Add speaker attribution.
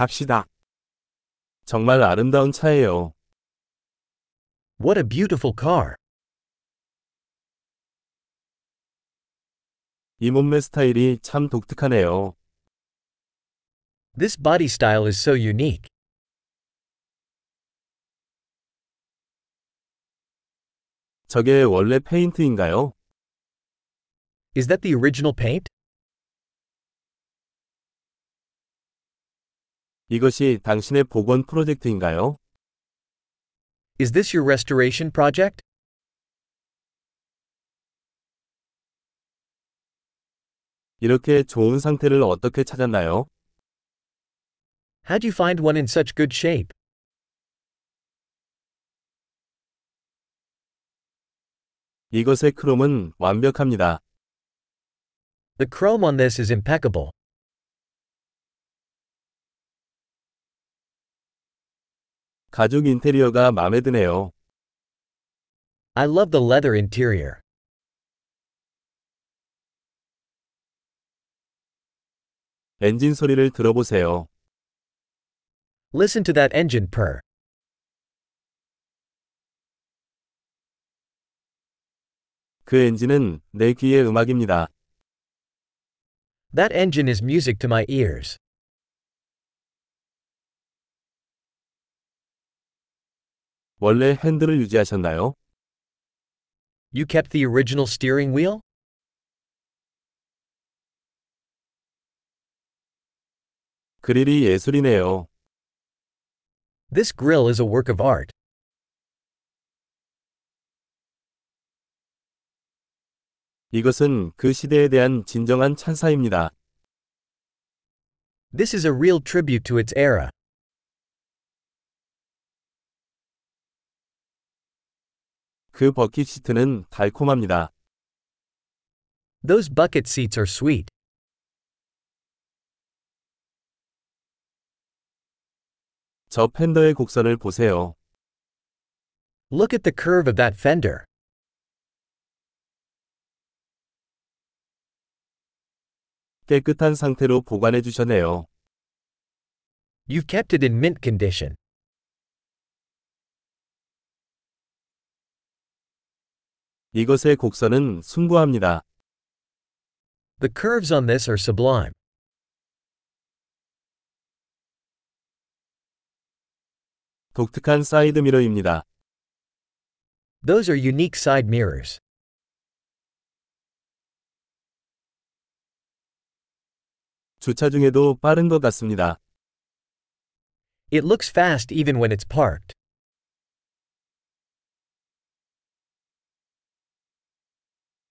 Speaker 1: 갑시다. 정말 아름다운 차예요.
Speaker 2: What a beautiful car.
Speaker 1: 이 몸매 스타일이 참 독특하네요.
Speaker 2: This body style is so unique.
Speaker 1: 저게 원래 페인트인가요?
Speaker 2: Is that the original paint?
Speaker 1: 이것이 당신의 복원 프로젝트인가요?
Speaker 2: Is this your restoration project?
Speaker 1: 이렇게 좋은 상태를 어떻게 찾았나요?
Speaker 2: How'd you find one in such good shape?
Speaker 1: 이것의 크롬은 완벽합니다.
Speaker 2: The chrome on this is impeccable.
Speaker 1: 가죽 인테리어가 마음에 드네요.
Speaker 2: I love the leather interior.
Speaker 1: 엔진 소리를 들어보세요.
Speaker 2: Listen to that engine purr.
Speaker 1: 그 엔진은 내 귀의 음악입니다.
Speaker 2: That engine is music to my ears.
Speaker 1: 원래 핸들을 유지하셨나요?
Speaker 2: You kept the original steering wheel?
Speaker 1: 그릴이 예술이네요.
Speaker 2: This grill is a work of art.
Speaker 1: 이것은 그 시대에 대한 진정한 찬사입니다.
Speaker 2: This is a real tribute to its era.
Speaker 1: 그 버킷 시트는 달콤합니다.
Speaker 2: Those bucket seats are sweet.
Speaker 1: 저 팬더의 곡선을 보세요.
Speaker 2: Look at the curve of that fender.
Speaker 1: 깨끗한 상태로 보관해 주셨네요.
Speaker 2: You've kept it in mint condition.
Speaker 1: 이것의 곡선은 숭고합니다.
Speaker 2: The curves on this are sublime.
Speaker 1: 독특한 사이드 미러입니다.
Speaker 2: Those are unique side mirrors.
Speaker 1: 주차 중에도 빠른 것 같습니다.
Speaker 2: It looks fast even when it's parked.